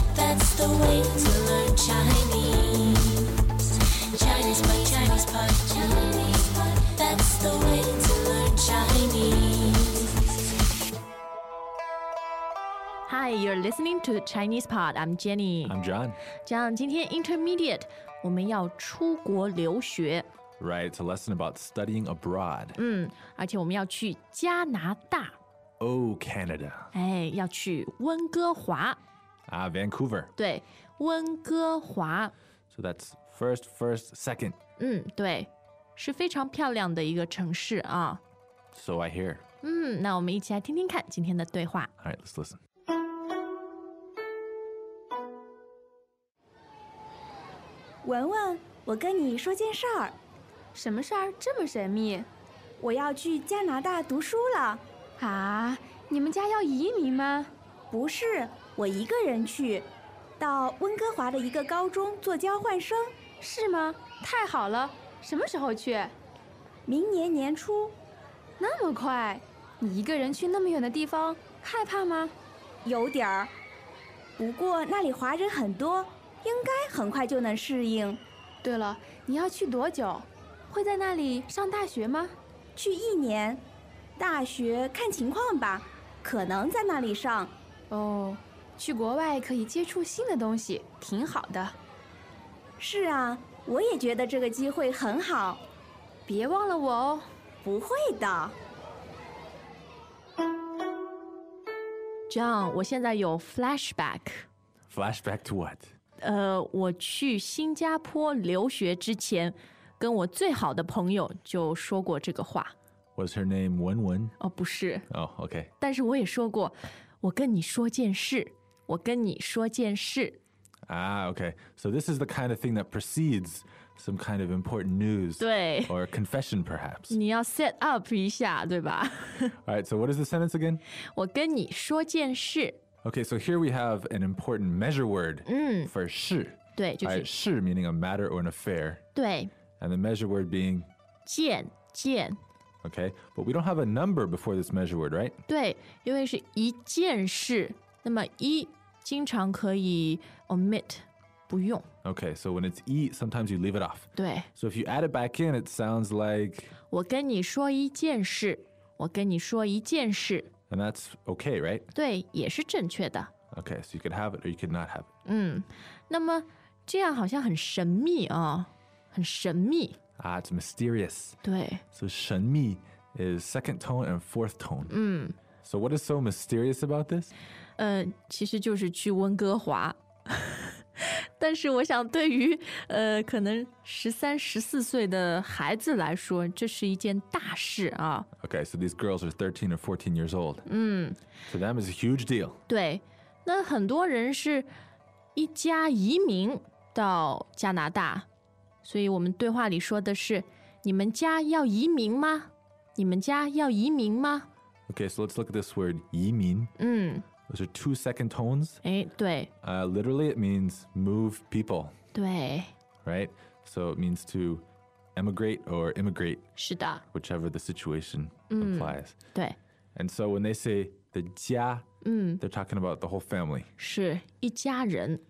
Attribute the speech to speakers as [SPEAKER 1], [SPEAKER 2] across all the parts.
[SPEAKER 1] a way to learn Chinese. Chinese pot, Chinese pot, Chinese pot. That's the way to learn Chinese.
[SPEAKER 2] Hi, you're listening to Chinese Pod. I'm Jenny.
[SPEAKER 3] I'm John.
[SPEAKER 2] 讲今天 Intermediate，我们要出国留学，
[SPEAKER 3] Right, it's a lesson about studying abroad.
[SPEAKER 2] 嗯，而且我们要去加拿大，
[SPEAKER 3] Oh, Canada.
[SPEAKER 2] 哎，要去温哥华，
[SPEAKER 3] Ah, Vancouver.
[SPEAKER 2] 对，温哥华，
[SPEAKER 3] So that's first, first, second.
[SPEAKER 2] 嗯，对，是非常漂亮的一个城市啊。
[SPEAKER 3] So I hear.
[SPEAKER 2] 嗯，那我们一起来听听看今天的对话。
[SPEAKER 3] All right, let's listen.
[SPEAKER 4] 文文，我跟你说件事儿，
[SPEAKER 5] 什么事儿这么神秘
[SPEAKER 4] 我要去加拿大读书了。
[SPEAKER 5] 啊？你们家要移民吗？
[SPEAKER 4] 不是，我一个人去，到温哥华的一个高中做交换生，
[SPEAKER 5] 是吗？太好了，什么时候去？
[SPEAKER 4] 明年年初。
[SPEAKER 5] 那么快？你一个人去那么远的地方，害怕吗？
[SPEAKER 4] 有点儿，不过那里华人很多，应该很快就能适应。
[SPEAKER 5] 对了，你要去多久？会在那里上大学吗？
[SPEAKER 4] 去一年，大学看情况吧，可能在那里上。
[SPEAKER 5] 哦，去国外可以接触新的东西，挺好的。
[SPEAKER 4] 是啊，我也觉得这个机会很好。
[SPEAKER 5] 别忘了我哦。
[SPEAKER 4] 不会的，
[SPEAKER 2] John，我现在有 flashback。
[SPEAKER 3] Flashback to what?
[SPEAKER 2] 呃，我去新加坡留学之前，跟我最好的朋友就说过这个话。
[SPEAKER 3] Was her name Wen Wen?
[SPEAKER 2] 哦，不是，
[SPEAKER 3] Oh, okay.
[SPEAKER 2] 但是我也说过，我跟你说件事，我跟你说件事。
[SPEAKER 3] Ah, okay. So this is the kind of thing that precedes some kind of important news
[SPEAKER 2] 对，
[SPEAKER 3] or a confession, perhaps.
[SPEAKER 2] 你要 set up 一下，对吧？
[SPEAKER 3] All right, so what is the sentence again?
[SPEAKER 2] 我跟你说件事，
[SPEAKER 3] Okay, so here we have an important measure word
[SPEAKER 2] 嗯，
[SPEAKER 3] for 事.
[SPEAKER 2] 对，就
[SPEAKER 3] All
[SPEAKER 2] 是、
[SPEAKER 3] right, 事 meaning a matter or an affair,
[SPEAKER 2] 对，
[SPEAKER 3] and the measure word being
[SPEAKER 2] 见见，
[SPEAKER 3] Okay, but we don't have a number before this measure word, right?
[SPEAKER 2] 对，因为是一件事，那么一经常可以 omit 不用，
[SPEAKER 3] Okay, so when it's E, sometimes you leave it off.
[SPEAKER 2] 对
[SPEAKER 3] So if you add it back in, it sounds like,
[SPEAKER 2] 我跟你说一件事，我跟你说一件事，
[SPEAKER 3] and that's okay, right?
[SPEAKER 2] 对，也是正确的。
[SPEAKER 3] Okay, so you could have it or you could not have it.
[SPEAKER 2] 嗯，那么这样好像很神秘啊、很神秘。
[SPEAKER 3] Ah, it's mysterious.
[SPEAKER 2] 对，
[SPEAKER 3] So shenmi is second tone and fourth tone. So what is so mysterious about this?
[SPEAKER 2] 嗯呃，其实就是去温哥华。 但是我想，对于呃，可能十三、十四岁的孩子来说，这是一件大事啊。嗯
[SPEAKER 3] Okay, so these girls are 13 or 14 years old. To them, it's a huge deal.
[SPEAKER 2] 对，那很多人是一家移民到加拿大，所以我们对话里说的是：“你们家要移民吗？你们家要移民吗
[SPEAKER 3] Okay, so let's look at this word, yimin.？”
[SPEAKER 2] 嗯，
[SPEAKER 3] Those are two second tones.
[SPEAKER 2] 哎，对
[SPEAKER 3] Uh, literally, it means move people.
[SPEAKER 2] 对，
[SPEAKER 3] right? So it means to emigrate or immigrate,
[SPEAKER 2] 是的，
[SPEAKER 3] whichever the situation implies.
[SPEAKER 2] 对，
[SPEAKER 3] And so when they say the jia,
[SPEAKER 2] 嗯，
[SPEAKER 3] they're talking about the whole family.
[SPEAKER 2] 是一家人。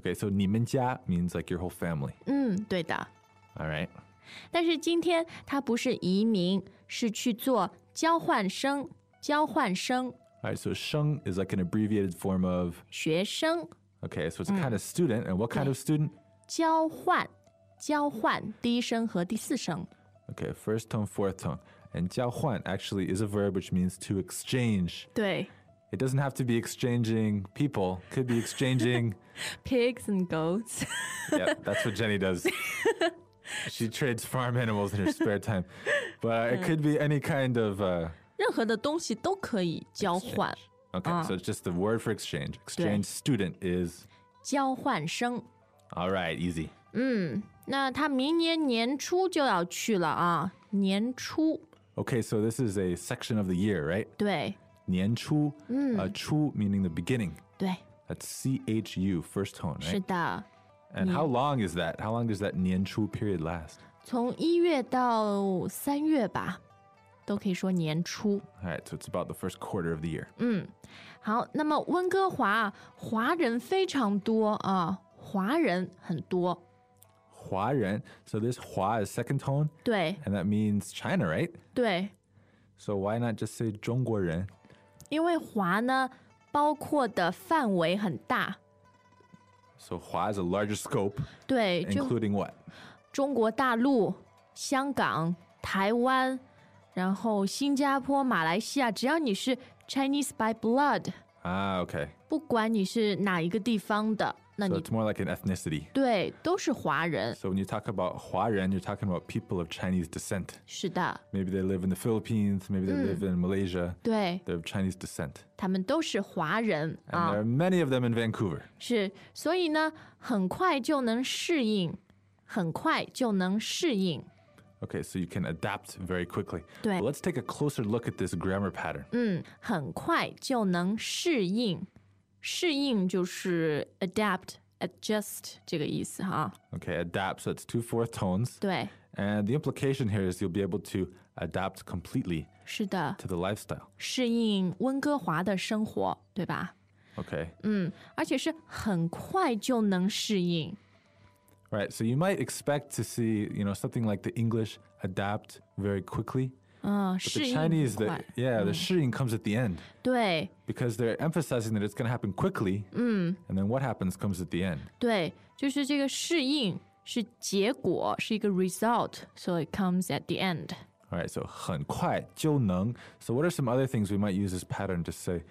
[SPEAKER 3] Okay, so 你们家 means like your whole family.
[SPEAKER 2] 嗯，对的。
[SPEAKER 3] All right.
[SPEAKER 2] 但是今天他不是移民，是去做交换生，交换生
[SPEAKER 3] All right, so sheng is like an abbreviated form of,
[SPEAKER 2] 学生，
[SPEAKER 3] okay, so it's a kind of student. And what kind of student?
[SPEAKER 2] 交换，交换第一声和第四声。
[SPEAKER 3] Okay, first tone, fourth tone. And 交换 actually is a verb which means to exchange.
[SPEAKER 2] 对。
[SPEAKER 3] It doesn't have to be exchanging people, could be exchanging
[SPEAKER 2] pigs and goats.
[SPEAKER 3] yep, that's what Jenny does. she trades farm animals in her spare time, but it could be any kind of. Uh,
[SPEAKER 2] 任何的东西都可以交换，
[SPEAKER 3] okay, so it's just the word for exchange. Exchange student is
[SPEAKER 2] 交换生。
[SPEAKER 3] all right, easy.
[SPEAKER 2] 嗯，那他明年年初就要去了啊，年初。
[SPEAKER 3] Okay, so this is a section of the year, right?
[SPEAKER 2] 对
[SPEAKER 3] Nian Chu, uh, Chu meaning the beginning.
[SPEAKER 2] 对，
[SPEAKER 3] That's C H U, first tone,
[SPEAKER 2] 是
[SPEAKER 3] right?
[SPEAKER 2] 的，
[SPEAKER 3] And how long is that? How long does that Nian Chu period last?
[SPEAKER 2] 从一月到三月吧。都可以说年初。
[SPEAKER 3] All right, so it's about the first quarter of the year.
[SPEAKER 2] 嗯，好，那么温哥华啊华人非常多啊，华人很多。
[SPEAKER 3] Hua Ren. So this Hua is second tone,
[SPEAKER 2] 对
[SPEAKER 3] and that means China, right?
[SPEAKER 2] 对，
[SPEAKER 3] So why not just say 中国人? Ren?
[SPEAKER 2] 因为华呢包括的范围很大，
[SPEAKER 3] So Hua is a larger scope,
[SPEAKER 2] 对，就
[SPEAKER 3] including what?
[SPEAKER 2] 中国大陆、香港、台湾，然后新加坡、马来西亚，只要你是 Chinese by blood，
[SPEAKER 3] Ah, okay.
[SPEAKER 2] 不管你是哪一个地方的，那
[SPEAKER 3] So
[SPEAKER 2] 你
[SPEAKER 3] it's more like an ethnicity.
[SPEAKER 2] 对都是华人。
[SPEAKER 3] So when you talk about Hua Ren, you're talking about people of Chinese descent.
[SPEAKER 2] 是的，
[SPEAKER 3] Maybe they live in the Philippines, maybe they live in Malaysia.
[SPEAKER 2] 对
[SPEAKER 3] They're of Chinese descent.
[SPEAKER 2] 他们都是华人
[SPEAKER 3] And
[SPEAKER 2] 啊
[SPEAKER 3] there，are many of them in Vancouver.
[SPEAKER 2] 是，所以呢，很快就能适应，很快就能适应。
[SPEAKER 3] Okay, so you can adapt very quickly.
[SPEAKER 2] 对
[SPEAKER 3] But let's take a closer look at this grammar pattern.
[SPEAKER 2] 嗯，很快就能适应。适应就是 adapt、adjust 这个意思哈。
[SPEAKER 3] Okay, adapt. So it's two fourth tones.
[SPEAKER 2] 对，
[SPEAKER 3] And the implication here is you'll be able to adapt completely
[SPEAKER 2] 是的，
[SPEAKER 3] to the lifestyle.
[SPEAKER 2] 适应温哥华的生活，对吧？
[SPEAKER 3] Okay.
[SPEAKER 2] 嗯，而且是很快就能适应。
[SPEAKER 3] Right. So you might expect to see, you know, something like the English adapt very quickly.
[SPEAKER 2] 嗯，
[SPEAKER 3] But
[SPEAKER 2] 适
[SPEAKER 3] the
[SPEAKER 2] 应很
[SPEAKER 3] Chinese, the,
[SPEAKER 2] 快。
[SPEAKER 3] yeah, the shirin comes at the end
[SPEAKER 2] 对
[SPEAKER 3] because they're emphasizing that it's going to happen quickly. And then what happens comes at the end.
[SPEAKER 2] 对，就是这个适应是结果，是一个 result，so it comes at the end。
[SPEAKER 3] All right. So 很快就能. So what are some other things we might use this pattern to say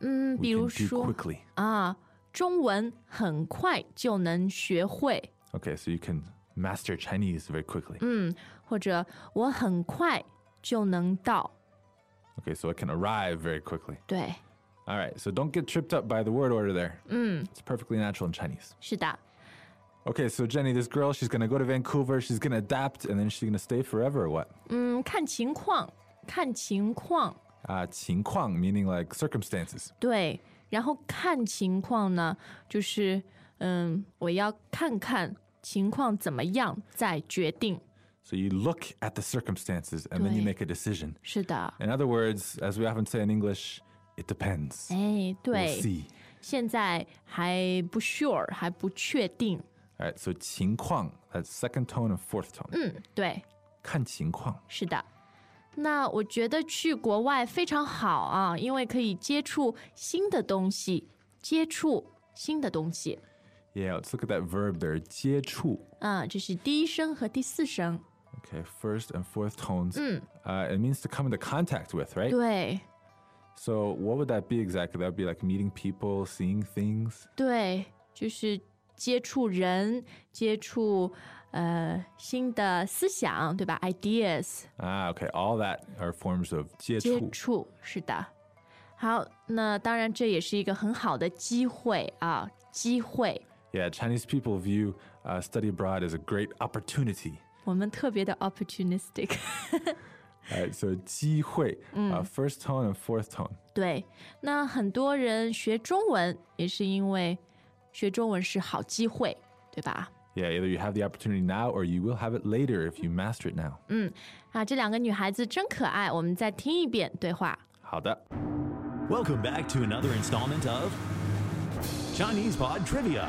[SPEAKER 2] 嗯，比
[SPEAKER 3] we can
[SPEAKER 2] 如
[SPEAKER 3] do
[SPEAKER 2] 说
[SPEAKER 3] quickly?
[SPEAKER 2] 啊，中文很快就能学会，
[SPEAKER 3] Okay. So you can master Chinese very quickly.
[SPEAKER 2] 嗯，或者我很快就能到，
[SPEAKER 3] Okay. So it can arrive very quickly.
[SPEAKER 2] 对，
[SPEAKER 3] All right, so don't get tripped up by the word order there.
[SPEAKER 2] 嗯，
[SPEAKER 3] It's perfectly natural in Chinese.
[SPEAKER 2] 是的，
[SPEAKER 3] Okay, so Jenny, this girl, she's gonna go to Vancouver, she's gonna adapt, and then she's gonna stay forever or what?
[SPEAKER 2] 嗯，看情况，看情况，
[SPEAKER 3] Uh, 情况, meaning like circumstances.
[SPEAKER 2] 对，然后看情况呢，就是嗯，我要看看情况怎么样再决定，
[SPEAKER 3] So you look at the circumstances and then you
[SPEAKER 2] 对。
[SPEAKER 3] make a decision.
[SPEAKER 2] 是的，
[SPEAKER 3] In other words, as we often say in English, it depends.
[SPEAKER 2] 哎，
[SPEAKER 3] We'll
[SPEAKER 2] 对，
[SPEAKER 3] see.
[SPEAKER 2] 现在还不 sure，还不确定，
[SPEAKER 3] All right, so 情况, that's second tone and fourth tone.
[SPEAKER 2] 嗯，对。
[SPEAKER 3] 看情况.
[SPEAKER 2] 是的。那我觉得去国外非常好啊，因为可以接触新的东西，接触新的东西。
[SPEAKER 3] Yeah, let's look at that verb there, 接触.
[SPEAKER 2] 嗯，这是第一声和第四声。
[SPEAKER 3] Okay, first and fourth tones. Uh, it means to come into contact with, right?
[SPEAKER 2] 对
[SPEAKER 3] So what would that be exactly? That would be like meeting people, seeing things.
[SPEAKER 2] 对，就是接触人，接触呃新的思想，对吧？ideas，
[SPEAKER 3] Ah, okay. All that are forms of
[SPEAKER 2] 接
[SPEAKER 3] 接触.
[SPEAKER 2] 触，是的。好，那当然这也是一个很好的机会啊，机会。
[SPEAKER 3] Yeah, Chinese people view uh, study abroad as a great opportunity.
[SPEAKER 2] 我们特别的 opportunistic。
[SPEAKER 3] All right, so 机会, uh, first tone and fourth tone.
[SPEAKER 2] 对，那很多人学中文也是因为学中文是好机会，对吧？
[SPEAKER 3] Yeah, either you have the opportunity now or you will have it later if you master it now.
[SPEAKER 2] 啊，这两个女孩子真可爱，我们再听一遍对话。
[SPEAKER 3] 好的.
[SPEAKER 6] Welcome back to another installment of Chinese Pod Trivia.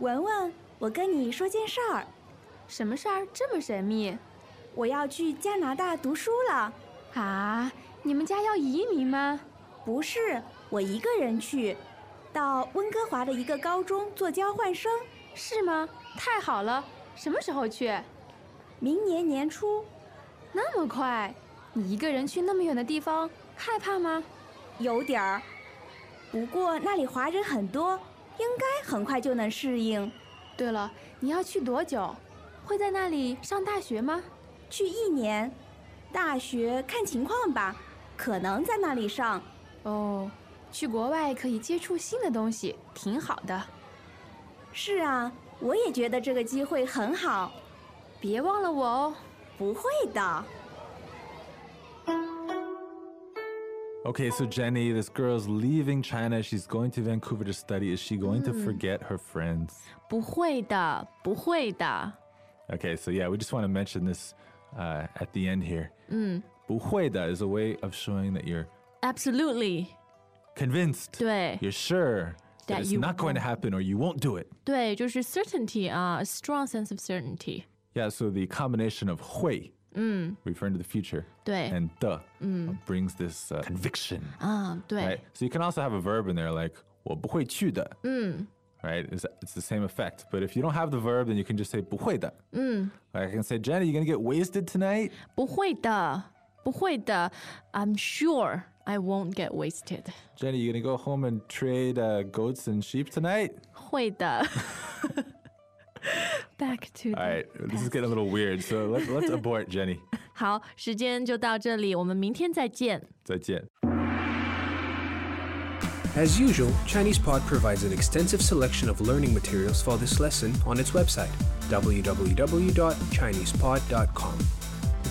[SPEAKER 4] 文文，我跟你说件事儿，
[SPEAKER 5] 什么事儿这么神秘
[SPEAKER 4] 我要去加拿大读书了。
[SPEAKER 5] 啊？你们家要移民吗？
[SPEAKER 4] 不是，我一个人去，到温哥华的一个高中做交换生，
[SPEAKER 5] 是吗？太好了，什么时候去？
[SPEAKER 4] 明年年初。
[SPEAKER 5] 那么快？你一个人去那么远的地方，害怕吗？
[SPEAKER 4] 有点儿。不过那里华人很多，应该很快就能适应。
[SPEAKER 5] 对了，你要去多久？会在那里上大学吗？
[SPEAKER 4] 去一年，大学看情况吧，可能在那里上。
[SPEAKER 5] 哦，去国外可以接触新的东西，挺好的。
[SPEAKER 4] 是啊，我也觉得这个机会很好。
[SPEAKER 5] 别忘了我哦。
[SPEAKER 4] 不会的，
[SPEAKER 3] Okay, so Jenny, this girl's leaving China. She's going to Vancouver to study. Is she going to forget her friends?
[SPEAKER 2] 不会的，不会的。
[SPEAKER 3] Okay, so yeah, we just want to mention this uh, at the end here. 不会的 is a way of showing that you're
[SPEAKER 2] Absolutely，
[SPEAKER 3] convinced.
[SPEAKER 2] 对
[SPEAKER 3] You're sure that,
[SPEAKER 2] That
[SPEAKER 3] it's
[SPEAKER 2] you
[SPEAKER 3] not going to
[SPEAKER 2] won't.
[SPEAKER 3] happen or you won't do it.
[SPEAKER 2] 对，就是 certainty 啊、a strong sense of certainty。
[SPEAKER 3] Yeah, so the combination of hui,
[SPEAKER 2] Mm.
[SPEAKER 3] referring to the future,
[SPEAKER 2] 对
[SPEAKER 3] and de
[SPEAKER 2] Mm.
[SPEAKER 3] brings this uh, conviction.
[SPEAKER 2] 啊、对
[SPEAKER 3] Right? So you can also have a verb in there like 我不会去的.
[SPEAKER 2] Mm.
[SPEAKER 3] Right? It's, it's the same effect. But if you don't have the verb, then you can just say 不会的.
[SPEAKER 2] Mm.
[SPEAKER 3] Like I can say, Jenny, you going to get wasted tonight?
[SPEAKER 2] 不会的，不会的。I'm sure I won't get wasted。
[SPEAKER 3] Jenny, you going to go home and trade uh, goats and sheep tonight?
[SPEAKER 2] 会的。Back to the
[SPEAKER 3] All right, this is getting a little weird. So let's, let's abort, Jenny.
[SPEAKER 2] 好，时间就到这里，我们明天再见。
[SPEAKER 3] 再见.
[SPEAKER 7] As usual, ChinesePod provides an extensive selection of learning materials for this lesson on its website, www.chinesepod.com. You